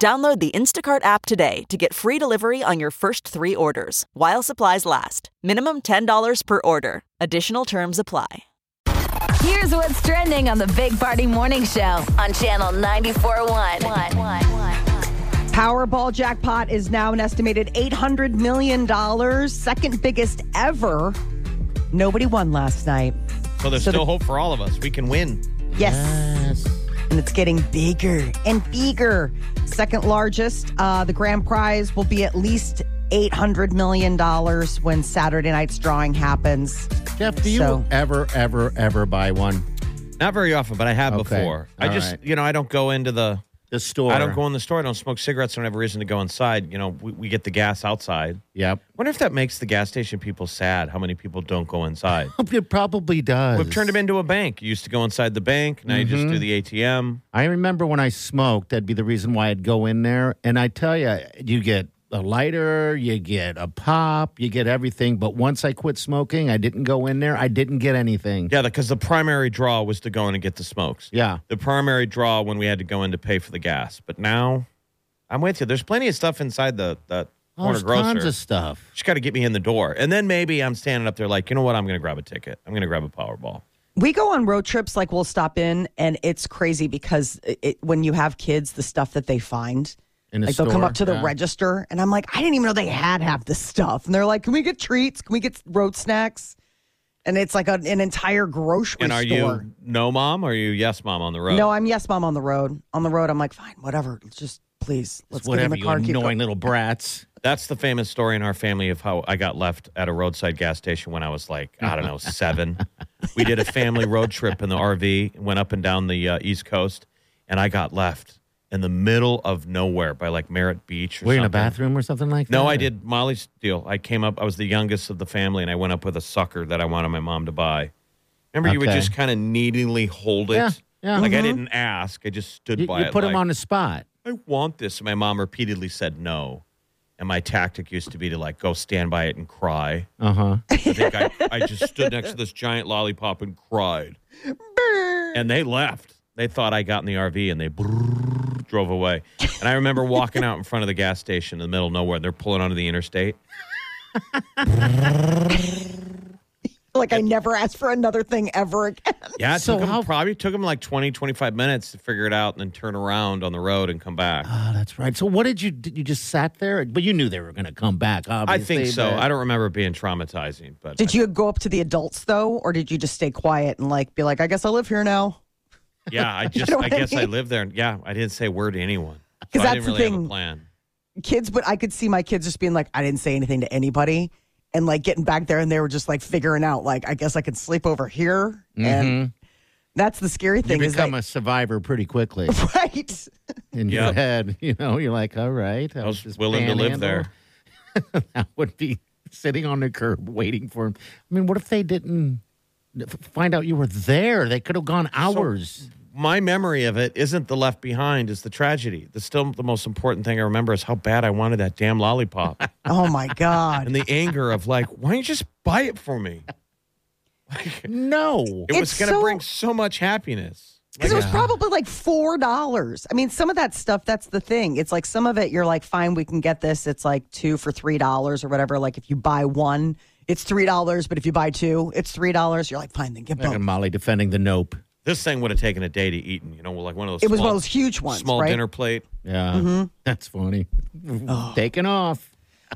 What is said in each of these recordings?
Download the Instacart app today to get free delivery on your first three orders while supplies last. Minimum $10 per order. Additional terms apply. Here's what's trending on the Big Party Morning Show on Channel 94.1. Powerball jackpot is now an estimated $800 million, second biggest ever. Nobody won last night. So there's So the- still hope for all of us. We can win. Yes. And it's getting bigger and bigger. Second largest. Uh, the grand prize will be at least $800 million when Saturday night's drawing happens. Jeff, do you So- ever, ever, ever buy one? Not very often, but I have Okay. before. I All just, right. you know, I don't go into the. The store. I don't go in the store. I don't smoke cigarettes. I don't have a reason to go inside. You know, we, we get the gas outside. Yep. wonder if that makes the gas station people sad. How many people don't go inside? It probably does. We've turned them into a bank. You used to go inside the bank. Now you just Mm-hmm. do the ATM. I remember when I smoked, that'd be the reason why I'd go in there. And I tell you, you get a lighter, you get a pop, you get everything. But once I quit smoking, I didn't go in there. I didn't get anything. Yeah, because the primary draw was to go in and get the smokes. Yeah. The primary draw when we had to go in to pay for the gas. But now, I'm with you. There's plenty of stuff inside the the Oh, corner there's tons grocer. of stuff. Just got to get me in the door, and then maybe I'm standing up there like, you know what? I'm going to grab a ticket. I'm going to grab a Powerball. We go on road trips, like we'll stop in, and it's crazy because it, it- when you have kids, the stuff that they find. In a like they'll come store, up to the yeah. register, and I'm like, I didn't even know they had half this stuff. And they're like, Can we get treats? Can we get road snacks? And it's like a, an entire grocery and are store. you no mom? Or are you yes mom on the Oh. road? No, I'm yes, mom on the road. On the road, I'm like, fine, whatever. Just please, let's get in Whatever, the you car. and keep annoying going." little brats. That's the famous story in our family of how I got left at a roadside gas station when I was like, I don't know, seven. we did a family road trip in the RV, went up and down the uh, East Coast, and I got left in the middle of nowhere by like Merritt Beach or Were you in a something. bathroom or something like that? No, I did Molly's deal. I came up, I was the youngest of the family, and I went up with a sucker that I wanted my mom to buy. Remember, you would Okay. just kind of needingly hold it. Yeah, yeah. Mm-hmm. Like I didn't ask, I just stood You, by you it. put like, him on the spot. I want this. And my mom repeatedly said no. And my tactic used to be to like go stand by it and cry. Uh huh. I think I, I just stood next to this giant lollipop and cried. And they left. They thought I got in the RV and they brrrr drove away. And I remember walking out in front of the gas station in the middle of nowhere. They're pulling onto the interstate. Like, I never asked for another thing ever again. Yeah, it So took 'em- how- probably took them like 20, 25 minutes to figure it out and then turn around on the road and come back. Oh, that's right. So what did you? Did you just sat there? But you knew they were going to come back. I Obviously, think so. but- I don't remember it being traumatizing, but Did you go up to the adults though, or did you just stay quiet and like be like, I guess I live here now? Yeah, I just know I what I guess I mean? live there. Yeah, I didn't say a word to anyone. 'Cause So that's I didn't the really have a thing. plan. Kids, but I could see my kids just being like, I didn't say anything to anybody, and like getting back there, and they were just like figuring out, like, I guess I could sleep over here, and Mm-hmm. that's the scary You thing is that become a survivor pretty quickly right. in Yeah. your head. You know, you're like, all right, I was willing to live there. I would be sitting on the curb waiting for him. I mean, what if they didn't f- find out you were there? They could have gone hours. My memory of it isn't the left behind, is the tragedy. The still the most important thing I remember is how bad I wanted that damn lollipop. Oh my god, and the anger of like, why don't you just buy it for me? Like, it no. was It's gonna so- bring so much happiness. because it was probably like four dollars. I mean, some of that stuff. That's the thing. It's like some of it. You're like, fine, we can get this. It's like two for three dollars or whatever. Like if you buy one, it's three dollars, but if you buy two, it's three dollars. You're like, fine, then get both. And Molly defending the nope. This thing would have taken a day to eat and you know, like one of those It was small- one of those huge ones, small right? dinner plate. Yeah. Mm-hmm. That's funny. Oh. Taking off.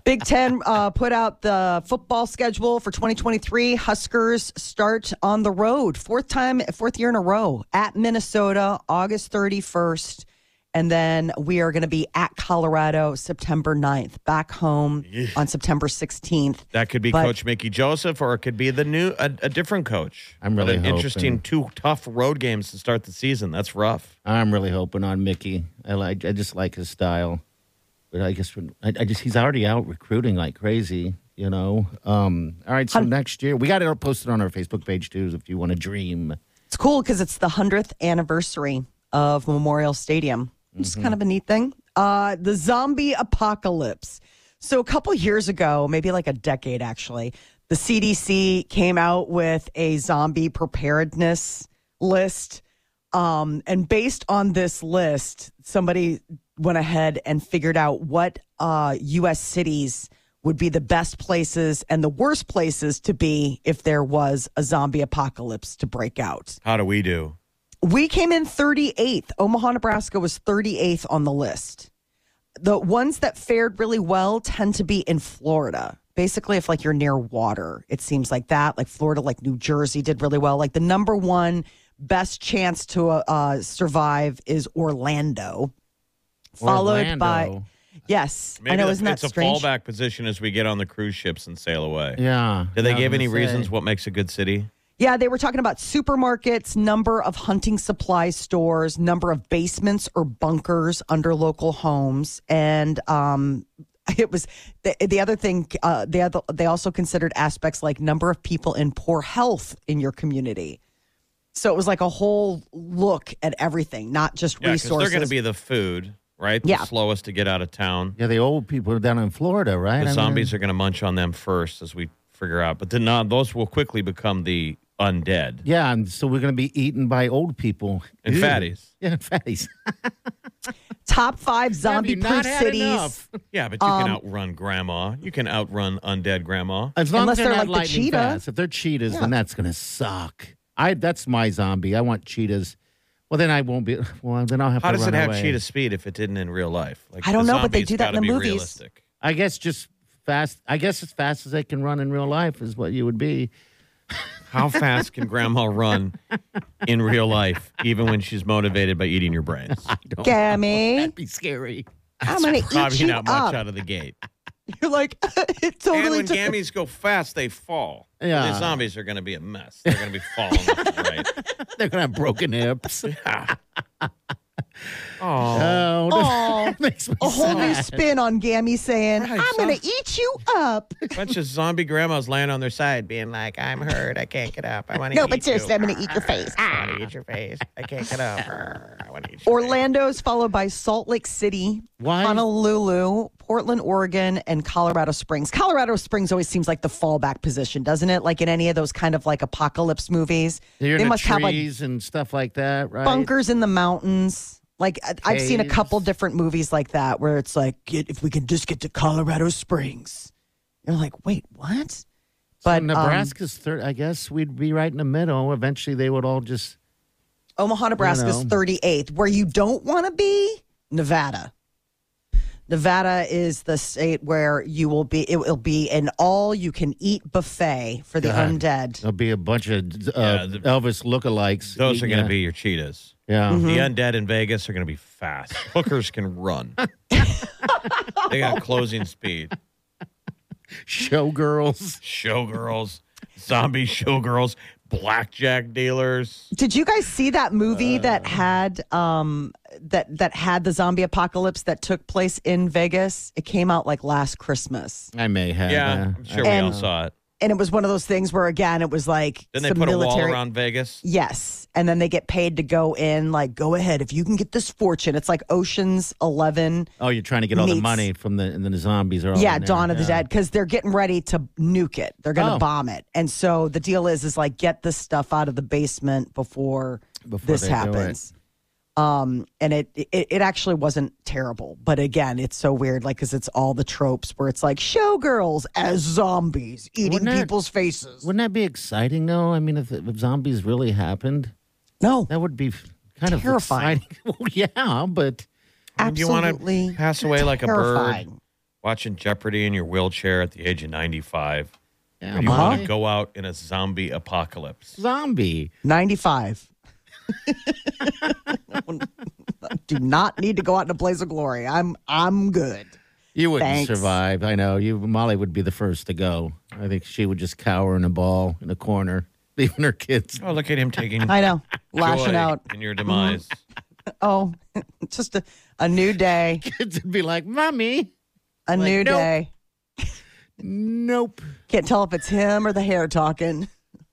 Big Ten uh, put out the football schedule for 2023. Huskers start on the road, fourth time, fourth year in a row, at Minnesota, August 31st, and then we are going to be at Colorado, September 9th. Back home on September 16th. That could be But- Coach Mickey Joseph, or it could be the new a, a different coach. I'm But really an hoping. interesting two tough road games to start the season. That's rough. I'm really hoping on Mickey. I like. I just like his style. But I guess when, I, I just he's already out recruiting like crazy, you know. Um, all right, so next year we got it posted on our Facebook page too. If you want to dream, It's cool because it's the 100th anniversary of Memorial Stadium. It's kind of a neat thing. Uh, the zombie apocalypse. So, a couple years ago, maybe like a decade actually, the CDC came out with a zombie preparedness list. Um, and based on this list, somebody went ahead and figured out what uh, U.S. cities would be the best places and the worst places to be if there was a zombie apocalypse to break out. How do we do? We came in 38th. Omaha, Nebraska was 38th on the list. The ones that fared really well tend to be in Florida. Basically, if like you're near water, it seems like that. Like Florida, like New Jersey did really well. Like the number one best chance to uh, uh, survive is Orlando, followed by Orlando. yes, Maybe I know the- isn't that it's a strange? fallback position as we get on the cruise ships and sail away. yeah. Did they yeah, I give was any gonna say. reasons what makes a good city? Yeah, they were talking about supermarkets, number of hunting supply stores, number of basements or bunkers under local homes, and um, it was the, the other thing. Uh, the other, they also considered aspects like number of people in poor health in your community. So it was like a whole look at everything, not just Yeah, because they're resources. going to be the food, right? The Yeah. slowest to get out of town. Yeah, the old people down in Florida, right? The zombies are going to munch on them first as we figure out. But then uh, those will quickly become the undead yeah, and so we're going to be eaten by old people and Ew. fatties. Yeah, and fatties. Top five Have you zombie-proof not had cities. enough? Yeah, but you Um, can outrun grandma. You can outrun undead grandma. As long Unless as they're, they're like not the lightning cheetah. fast. If they're cheetahs, then that's gonna suck. I that's my zombie. I want cheetahs. Well, then I won't be. Well, then I'll have How to does it run have away. cheetah speed if it didn't in real life? Like I don't the know, but they zombies do that in gotta the be movies. Realistic. I guess just fast. I guess as fast as I can run in real life is what you would be. How fast can grandma run in real life, even when she's motivated by eating your brains? Gammy, Be scary. I'm gonna eat Probably you not much up. out of the gate. You're like, it and totally when took gammies go fast, they fall. Yeah. The zombies are going to be a mess. They're going to be falling. left and right. They're gonna have broken hips. Oh. Oh, Aw. Oh, that makes me a whole new sad. spin on Gammy saying, Right, I'm going sounds- to eat you up. bunch of zombie grandmas laying on their side, being like, "I'm hurt. I can't get up. I want to no, eat but seriously, you. I'm going to eat your face. I want to eat your face. I can't get up. I want to eat." Your Orlando's followed by Salt Lake City, Why- Honolulu, Portland, Oregon, and Colorado Springs. Colorado Springs always seems like the fallback position, doesn't it? Like in any of those kind of like apocalypse movies, They're in they the must have like trees and stuff like that, right? bunkers in the mountains. Like I- I've seen a couple Caves. different movies like that where it's like, "Get- if we can just get to Colorado Springs, you're like, wait, what? But um, Nebraska's third. I guess we'd be right in the middle. Eventually, they would all just. Omaha, Nebraska's know. 38th. Where you don't want to be, Nevada. Nevada is the state where you will be. It will be an all-you-can-eat buffet for the God. undead. There'll be a bunch of Yeah, uh, the- Elvis lookalikes. Those are eating going to that. be Mm-hmm. your cheetahs. Yeah. The Mm-hmm. undead in Vegas are going to be fast. Hookers can run. they got closing speed. Showgirls. Showgirls, zombie showgirls, blackjack dealers. Did you guys see that Uh, movie that had um that that had the zombie apocalypse that took place in Vegas? It came out like last Christmas, I may have. Yeah, uh, I'm sure we all Uh-huh. And- saw it. and it was one of those things where again it was like Then they some put a wall military. around Vegas. Yes. And then they get paid to go in, like, go ahead. If you can get this fortune, it's like Ocean's 11. Oh, you're trying to get all the Meats. money from the and then the zombies are all yeah, in there. Dawn of the Oh, Yeah. Dead, because they're getting ready to nuke it. They're going to Oh. bomb it. And so the deal is, is like, get this stuff out of the basement before, Before this they do it. happens. Um, and it, it it actually wasn't terrible, but again, it's so weird, like, because it's all the tropes where it's like showgirls as zombies eating Wouldn't it- people's faces. Wouldn't that be exciting though? I mean, if, if zombies really happened, no, that would be f- kind of Terrifying. exciting. well, yeah, but If you want absolutely to pass away like a bird terrifying. watching Jeopardy in your wheelchair at the age of 95. Uh-huh. yeah, Or do you want my- to go out in a zombie apocalypse? zombie. 95. Do not need to go out in a blaze of glory. I'm I'm good. You wouldn't Thanks. survive. I know. You Molly would be the first to go. I think she would just cower in a ball in a corner, leaving her kids. Oh, look at him taking I know. joy Lashing out. in your demise. Oh, just a, a new day. Kids would be like, "Mommy, A new nope. day. Nope. Can't tell if it's him or the hair talking.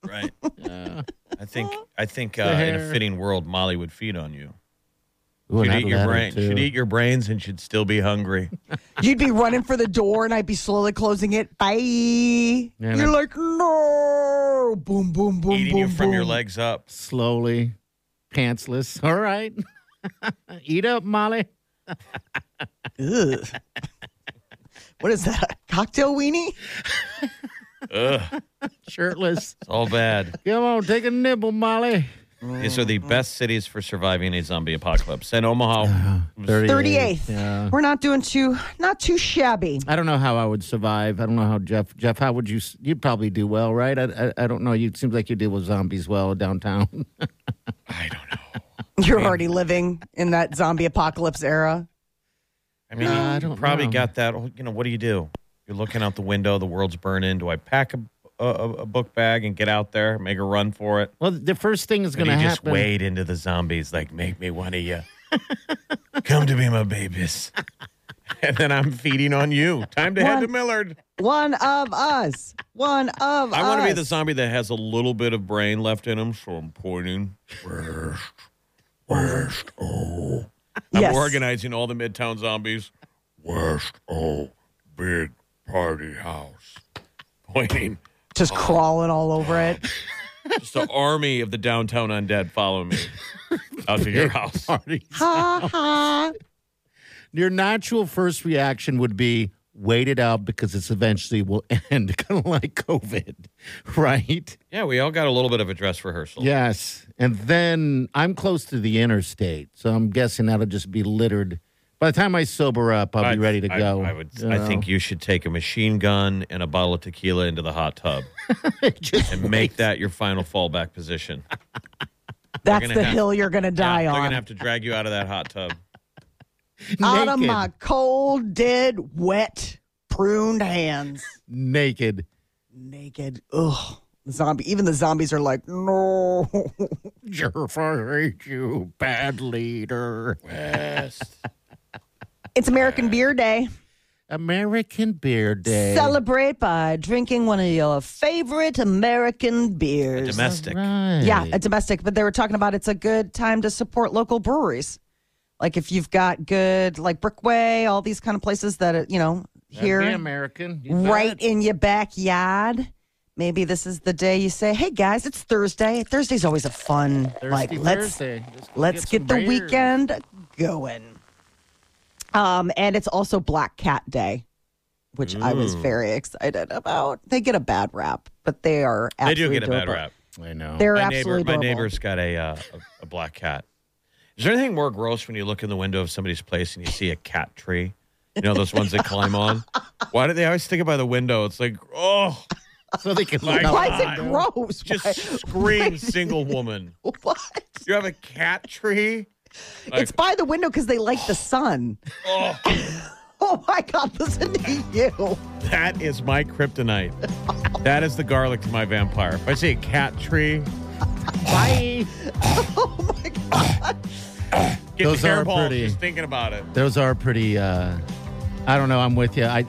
Right. I think I think uh, The in a hair. fitting world, Molly would feed on you. Ooh, she'd and I'd eat your let her, brain. too. She'd eat your brains and she'd still be hungry. You'd be running for the door, and I'd be slowly closing it. Bye. You're I- like, no. Boom, boom, boom, Eating boom, you from your boom. legs up. slowly, pantsless. All right. eat up, Molly. Ugh. what is that? A cocktail weenie? Ugh, it's Shirtless. all bad. Come on, take a nibble, Molly. These are the best cities for surviving a zombie apocalypse. And Omaha, 38th. Yeah. We're not doing too, not too shabby. I don't know how I would survive. I don't know how Jeff. Jeff, how would you? s- You'd probably do well, right? I, I, I don't know. You it seems like you deal with zombies well downtown. I don't know. You're already living in that zombie apocalypse era. I mean, No, I you don't probably know. got that. oh, You know, what do you do? You're looking out the window. The world's burning. Do I pack a, a, a book bag and get out there, make a run for it? well, the first thing is And going you to just happen. wade into the zombies, like make me one of you. Come to be my babies, and then I'm feeding on you. Time to head to Millard. One of us. One of us. I want to be the zombie that has a little bit of brain left in him, so I'm pointing. I'm Yes. organizing all the Midtown zombies. West O, big party house. Pointing. Just crawling all over it. Just an army of the downtown undead following me out to your house. Ha ha. Your natural first reaction would be wait it out because it's eventually will end, kind of like COVID, right? Yeah, we all got a little bit of a dress rehearsal. Yes. And then I'm close to the interstate, so I'm guessing that'll just be littered. By the time I sober up, I'll be ready to I- go. I would. you I know? think you should take a machine gun and a bottle of tequila into the hot tub Just- and make that your final fallback position. That's gonna the have- hill you're going to die Yeah, They're on. gonna have to drag you out of that hot tub. Out of naked. my cold, dead, wet, pruned hands. naked. Naked. Ugh. Zombie. Even the zombies are like, no. Jerf, I hate you, bad leader. It's American Beer Day. American Beer Day. Celebrate by drinking one of your favorite American beers. Domestic. Right. Yeah, a domestic, but they were talking about it's a good time to support local breweries. Like if you've got good, like Brickway, all these kind of places that, uh, you know, That'd here be American. You right bet. in your backyard. Maybe this is the day you say, "Hey guys, it's Thursday." Thursday's always a fun like Thirsty let's Thursday. go let's get, some the beers. weekend going. Um, and it's also Black Cat Day, which I was very excited about. They get a bad rap, but they are They do absolutely get a bad adorable. rap. I know. They're my neighbor, absolutely my adorable. neighbor's got a, uh, a a black cat. Is there anything more gross when you look in the window of somebody's place and you see a cat tree? You know those ones they climb on. Why do they always stick it by the window? It's like, oh, so they can Like- look Why out. is it gross? just Why- scream, single woman. What? You have a cat tree. It's by the window because they like the sun. Oh, Oh my God, listen to you. Oh that is my kryptonite. That is the garlic to my vampire. If I see a cat tree, Bye. get Those are hairballs pretty. just thinking about it. Those are pretty. Uh, I don't know. I'm with you. I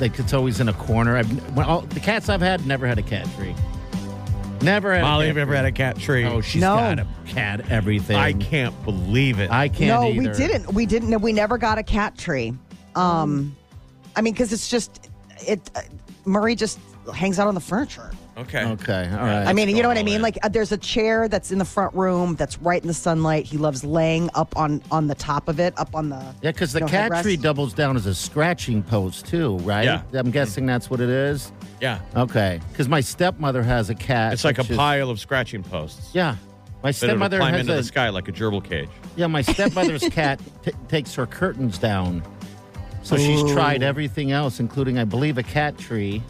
like it's always in a corner. I've, when all, the cats I've had never had a cat tree. Never had. Molly, a have you cat ever had a cat tree? tree. Oh, she's No. got a cat. Everything. I can't believe it. I can't. no, we either. didn't. We didn't. We never got a cat tree. Um, I mean, because it's just it. Uh, Murray just hangs out on the furniture. okay. Okay. All right. I mean, you know what I all mean. in. Like, uh, there's a chair that's in the front room that's right in the sunlight. He loves laying up on on the top of it, up on the Yeah, because the you know, cat headrest. tree doubles down as a scratching post too, right? Yeah. I'm guessing that's what it is. Yeah. Okay, because my stepmother has a cat. It's like a which is- pile of scratching posts. Yeah, my But it'll stepmother climb has into a the sky like a gerbil cage. yeah. My stepmother's cat t- takes her curtains down, so she's tried everything else, including I believe a cat tree,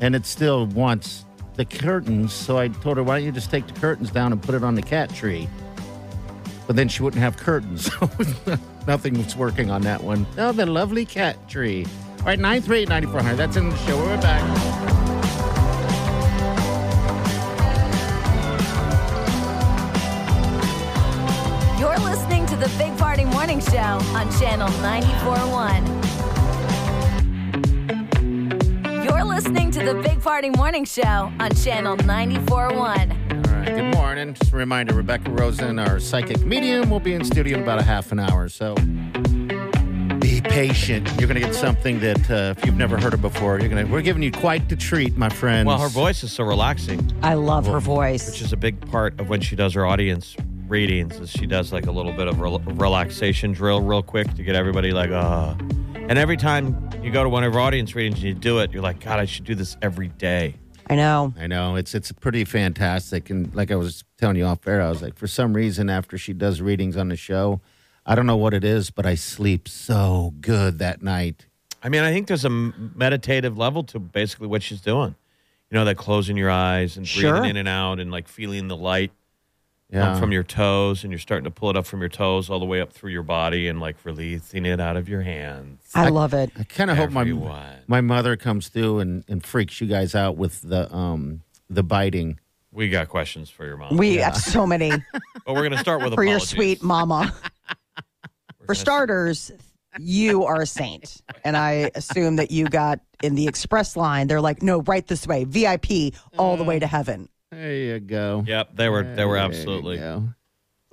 and it still wants the curtains. So I told her, why don't you just take the curtains down and put it on the cat tree? But then she wouldn't have curtains. So nothing was working on that one. Oh, the lovely cat tree. All right, 938 9400. That's in the show. We're back. You're listening to the Big Party Morning Show on Channel 941. listening to the Big Party Morning Show on Channel 94.1. All right. Good morning. Just a reminder Rebecca Rosen, our psychic medium, will be in studio in about a half an hour. So be patient. You're going to get something that uh, if you've never heard of before, you're going to. We're giving you quite the treat, my friends. Well, her voice is so relaxing, I love her which voice. is a big part of when she does her audience readings. Is she does like a little bit of rel- relaxation drill real quick to get everybody like ah. And every time you go to one of her audience readings and you do it, you're like, God, I should do this every day. I know. I know it's it's pretty fantastic, and like I was telling you off air, I was like, for some reason, after she does readings on the show, I don't know what it is, but I sleep so good that night. I mean, I think there's a m- meditative level to basically what she's doing. You know, that closing your eyes and breathing Sure. in and out and like feeling the light come Yeah, from your toes and you're starting to pull it up from your toes all the way up through your body and like releasing it out of your hands. I love it. I kind of hope my Everyone. my mother comes through and, and freaks you guys out with the um the biting. We got questions for your mom. We have so many but we're going to start with for your apologies. sweet mama. We're For gonna start- starters, you are a saint. And I assume that you got in the express line. They're like, no, right this way, VIP, all the way to heaven. There you go. Yep, they were they were There you absolutely go.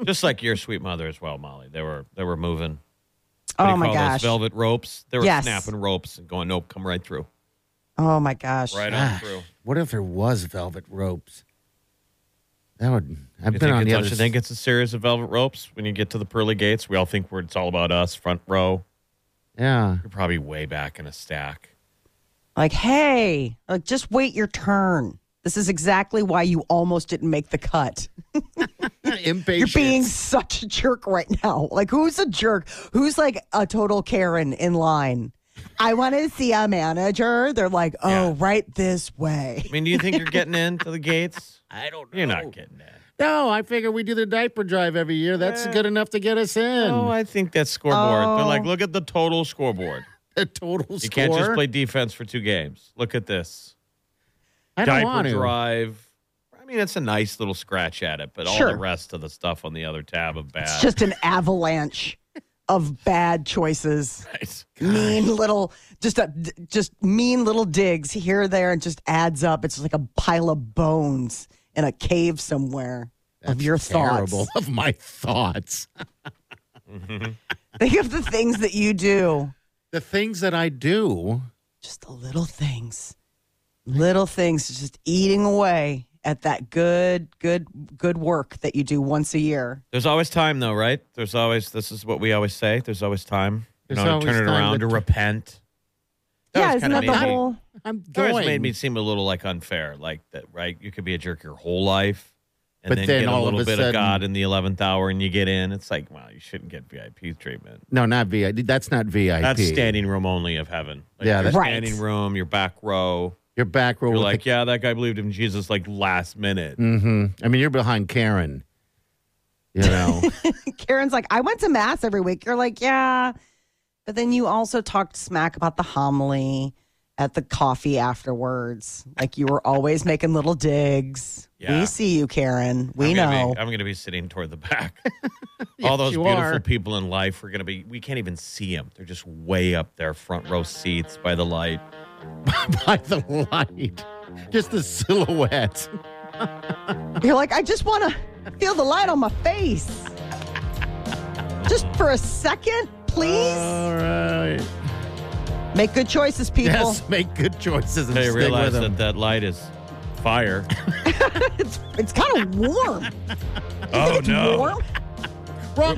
just like your sweet mother as well, Molly. They were they were moving. what do you Oh my call gosh. Those velvet ropes. They were Yes. snapping ropes and going, nope, come right through, Oh my gosh. right on Gosh, through. what if there was velvet ropes? That would. I've You been think on it- the don't other. you think it's a series of velvet ropes? When you get to the pearly gates, we all think we're, it's all about us, front row. s- Yeah. You're probably way back in a stack. Like, hey, like just wait your turn. This is exactly why you almost didn't make the cut. You're Impatient. being such a jerk right now. Like, who's a jerk? Who's like a total Karen in line? I want to see a manager. They're like, oh, Yeah. right this way. I mean, do you think you're getting into the gates? I don't know. You're not getting in. No, I figure we do the diaper drive every year. That's good enough to get us in. Oh, I think that's scoreboard. They're like, Oh. look at the total scoreboard. the total You can't just play defense for two games. Look at this. I don't want Diaper to. drive. I mean, it's a nice little scratch at it, but all Sure. the rest of the stuff on the other tab of bad. It's just an avalanche of bad choices. Right. Mean little, just a, just mean little digs here, there, and just adds up. It's like a pile of bones in a cave somewhere of your Terrible thoughts. of my thoughts. Think of the things that you do. The things that I do. Just the little things. Little things just eating away at that good, good, good work that you do once a year. There's always time, though, right? There's always, this is what we always say there's always time. You know, There's to always turn it time around to- to repent. yeah, was isn't kinda that the amazing. whole? I'm That going. always made me seem a little like unfair, like that, right? You could be a jerk your whole life, and But then, then get all a of little a bit sudden- of God in the eleventh hour, and you get in. It's like, wow, you shouldn't get VIP treatment. No, not VIP. That's not VIP. That's standing room only of heaven. Like, Yeah, your that's- Right. standing room, your back row. Your back row. You're with like, yeah, that guy believed in Jesus like last minute. hmm I mean, you're behind Karen. You know. Karen's like, I went to mass every week. You're like, yeah. But then you also talked smack about the homily at the coffee afterwards. Like you were always making little digs. Yeah. We see you, Karen. We I'm gonna know. Be, I'm going to be sitting toward the back. All those you beautiful are. people in life are going to be. We can't even see them. They're just way up there, front row seats by the light. by the light. Just the silhouette. You're like, I just want to feel the light on my face. just for a second, please. Uh, All right. Make good choices, people. Yes, make good choices and They stick realize with them. that that light is fire. It's it's kind of warm. oh It's no! warm. wrong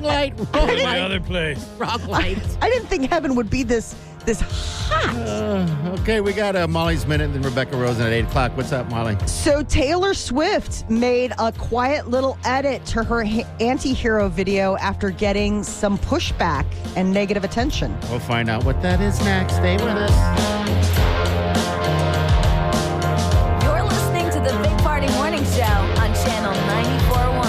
light, wrong In light, another place. wrong light. I didn't think heaven would be this this hot. Uh, okay, we got uh, Molly's minute, and then Rebecca Rosen at eight o'clock. What's up, Molly? So Taylor Swift made a quiet little edit to her hi- anti-hero video after getting some pushback and negative attention. We'll find out what that is next. Stay with us. You're listening to the Big Party Morning Show on Channel 94.1.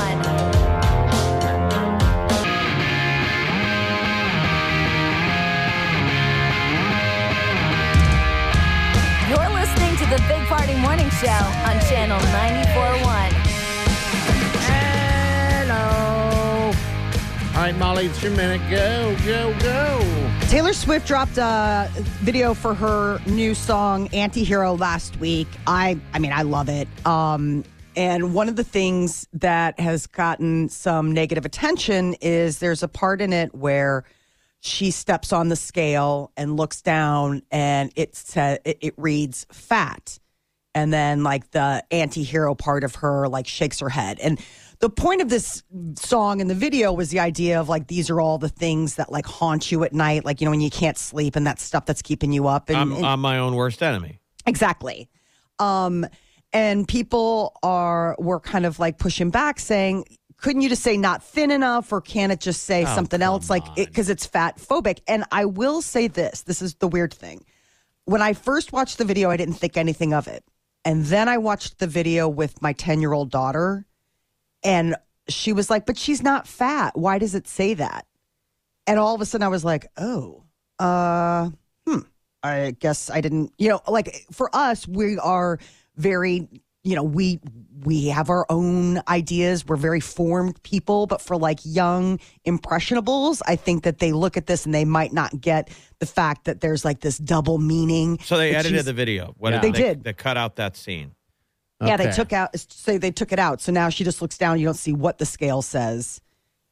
You're listening to the Big Party Morning Show on Channel 94.1. Hello. All right, Molly, it's your minute. Go, go, go. Taylor Swift dropped a video for her new song "Antihero" last week. I, I mean, I love it. Um, and one of the things that has gotten some negative attention is there's a part in it where she steps on the scale and looks down, and it sa- it, it reads "fat." and then like the anti-hero part of her like shakes her head and the point of this song and the video was the idea of like these are all the things that like haunt you at night like you know when you can't sleep and that stuff that's keeping you up and, I'm, and- I'm my own worst enemy. exactly um and people are were kind of like pushing back saying couldn't you just say not thin enough or can it just say something else like because it's fat phobic and i will say this this is the weird thing when I first watched the video, I didn't think anything of it. And then I watched the video with my 10 year old daughter, and she was like, But she's not fat. Why does it say that? And all of a sudden, I was like, Oh, uh, hmm. I guess I didn't, you know, like for us, we are very, you know, we we have our own ideas. We're very formed people, but for like young impressionables, I think that they look at this and they might not get the fact that there's like this double meaning. So they that edited she's- the video. What Yeah. They did. They cut out that scene. Yeah, they Okay. took out. So they took it out. So now she just looks down. You don't see what the scale says,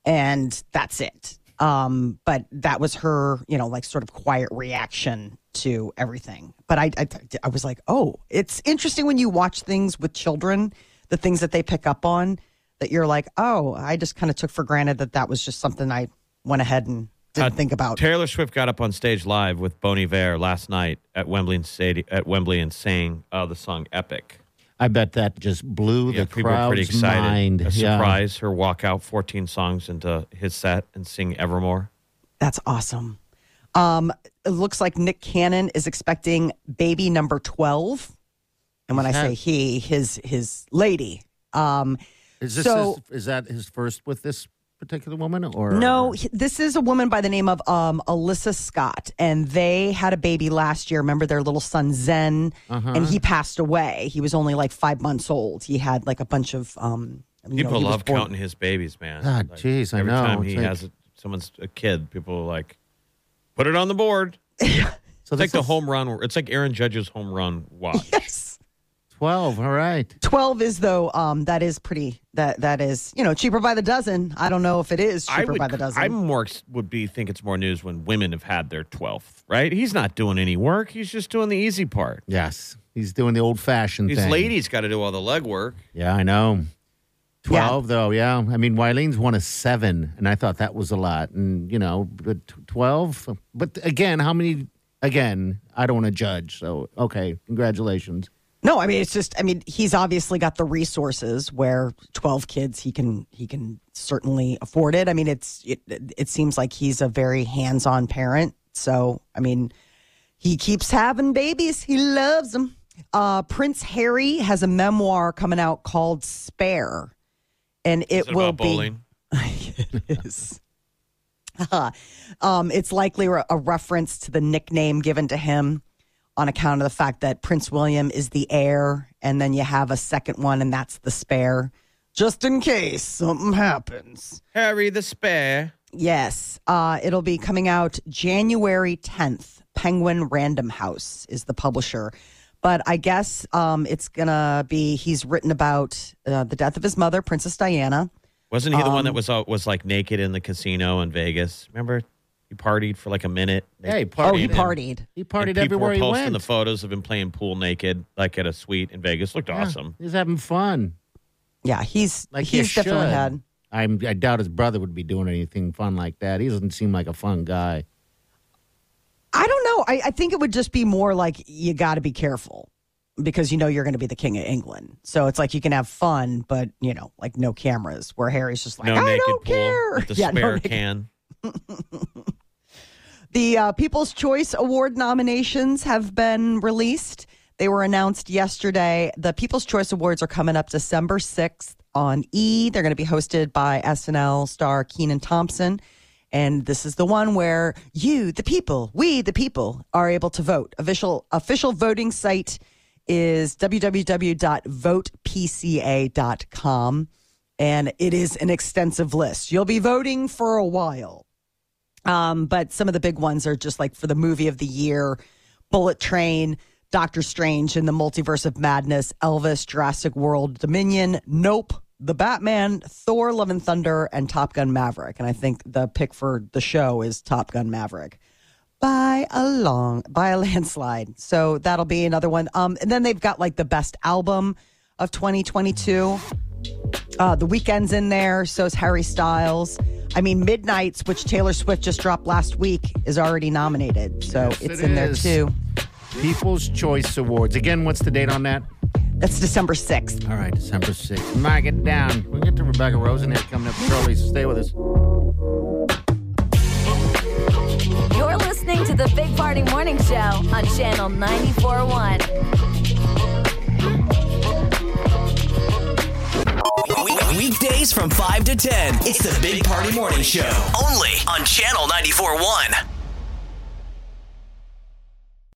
and that's it. Um, but that was her, you know, like sort of quiet reaction to everything. But I, I, I was like, oh, it's interesting when you watch things with children, the things that they pick up on, that you're like, oh, I just kind of took for granted that that was just something I went ahead and didn't Uh, think about. Taylor Swift got up on stage live with Bon Iver last night at Wembley and, stadi- at Wembley and sang uh, the song "Epic." I bet that just blew Yeah, the people were crowd's pretty excited. mind. A Yeah. surprise, her walk out 14 songs into his set and sing "Evermore." That's awesome. Um, it looks like Nick Cannon is expecting baby number twelve, and when I say he, his his lady. Um, Is this So- his, is that his first with this particular woman or no, he- this is a woman by the name of um, Alyssa Scott, and they had a baby last year. Remember their little son Zen, Uh-huh. and he passed away. He was only like five months old. He had like a bunch of um, you know, People he was love born- counting his babies, man. God, Ah, jeez, I every know. time It's he like- has a, someone's a kid, people are like, "Put it on the board." So It's like this the is home run. It's like Aaron Judge's home run watch. Yes. twelve. All right. 12 is though um that is pretty that that is you know cheaper by the dozen i don't know if it is cheaper by the dozen I'm more would be think it's more news when women have had their 12th, right? He's not doing any work. He's just doing the easy part. Yes, he's doing the old fashioned These thing. ladies got to do all the legwork. Yeah, I know. Twelve though. Yeah, I mean, Wylene's won a seven, and I thought that was a lot. And you know, but t- twelve. But again, how many? Again, I don't want to judge. So okay, congratulations. No, I mean it's just I mean he's obviously got the resources where 12 kids he can he can certainly afford it. I mean it's it, it seems like he's a very hands-on parent. So, I mean he keeps having babies. He loves them. Uh, Prince Harry has a memoir coming out called Spare. And it, Is it will be about bowling? it is. um, it's likely re- a reference to the nickname given to him on account of the fact that Prince William is the heir, and then you have a second one, and that's the spare, just in case something happens. Harry the spare. Yes, uh, it'll be coming out January 10th. Penguin Random House is the publisher. But I guess um, it's going to be, he's written about uh, the death of his mother, Princess Diana. Wasn't he the Um, one that was uh, was like naked in the casino in Vegas? Remember, he partied for like a minute. They- Hey, partied. Oh, he and- partied. He and partied people everywhere were he posting went. the photos of him playing pool naked, like at a suite in Vegas. Looked Yeah, awesome. He's having fun. Yeah, he's Like you he's definitely should. had. I'm, I doubt his brother would be doing anything fun like that. He doesn't seem like a fun guy. I don't know. I, I think it would just be more like you got to be careful because you know you're going to be the king of England. So it's like you can have fun, but you know, like no cameras. Where Harry's just like, No I naked don't pool. care. with The Yeah, no spare naked- can. The uh, People's Choice Award nominations have been released. They were announced yesterday. The People's Choice Awards are coming up December 6th on E. They're going to be hosted by SNL star Keenan Thompson. And this is the one where you, the people, we, the people, are able to vote. Official, official voting site is www.votepca.com. and it is an extensive list. You'll be voting for a while. Um, but some of the big ones are just like for the movie of the year, Bullet Train, Doctor Strange and the Multiverse of Madness, Elvis, Jurassic World, Dominion, Nope, The Batman, Thor, Love and Thunder, and Top Gun Maverick. And I think the pick for the show is Top Gun Maverick by a long by a landslide. So that'll be another one. Um, and then they've got like the best album of 2022. Uh, the weekend's in there. So is Harry Styles. I mean, Midnight's, which Taylor Swift just dropped last week, is already nominated. So Yes, it's it in there is. too. People's Choice Awards. Again, what's the date on that? That's December 6th. All right, December 6th. Mark it down. We'll get to Rebecca Rosen here coming up shortly, so stay with us. You're listening to the Big Party Morning Show on Channel 94.1. Weekdays from 5 to 10. It's the Big Party Morning Show. Only on Channel 94.1.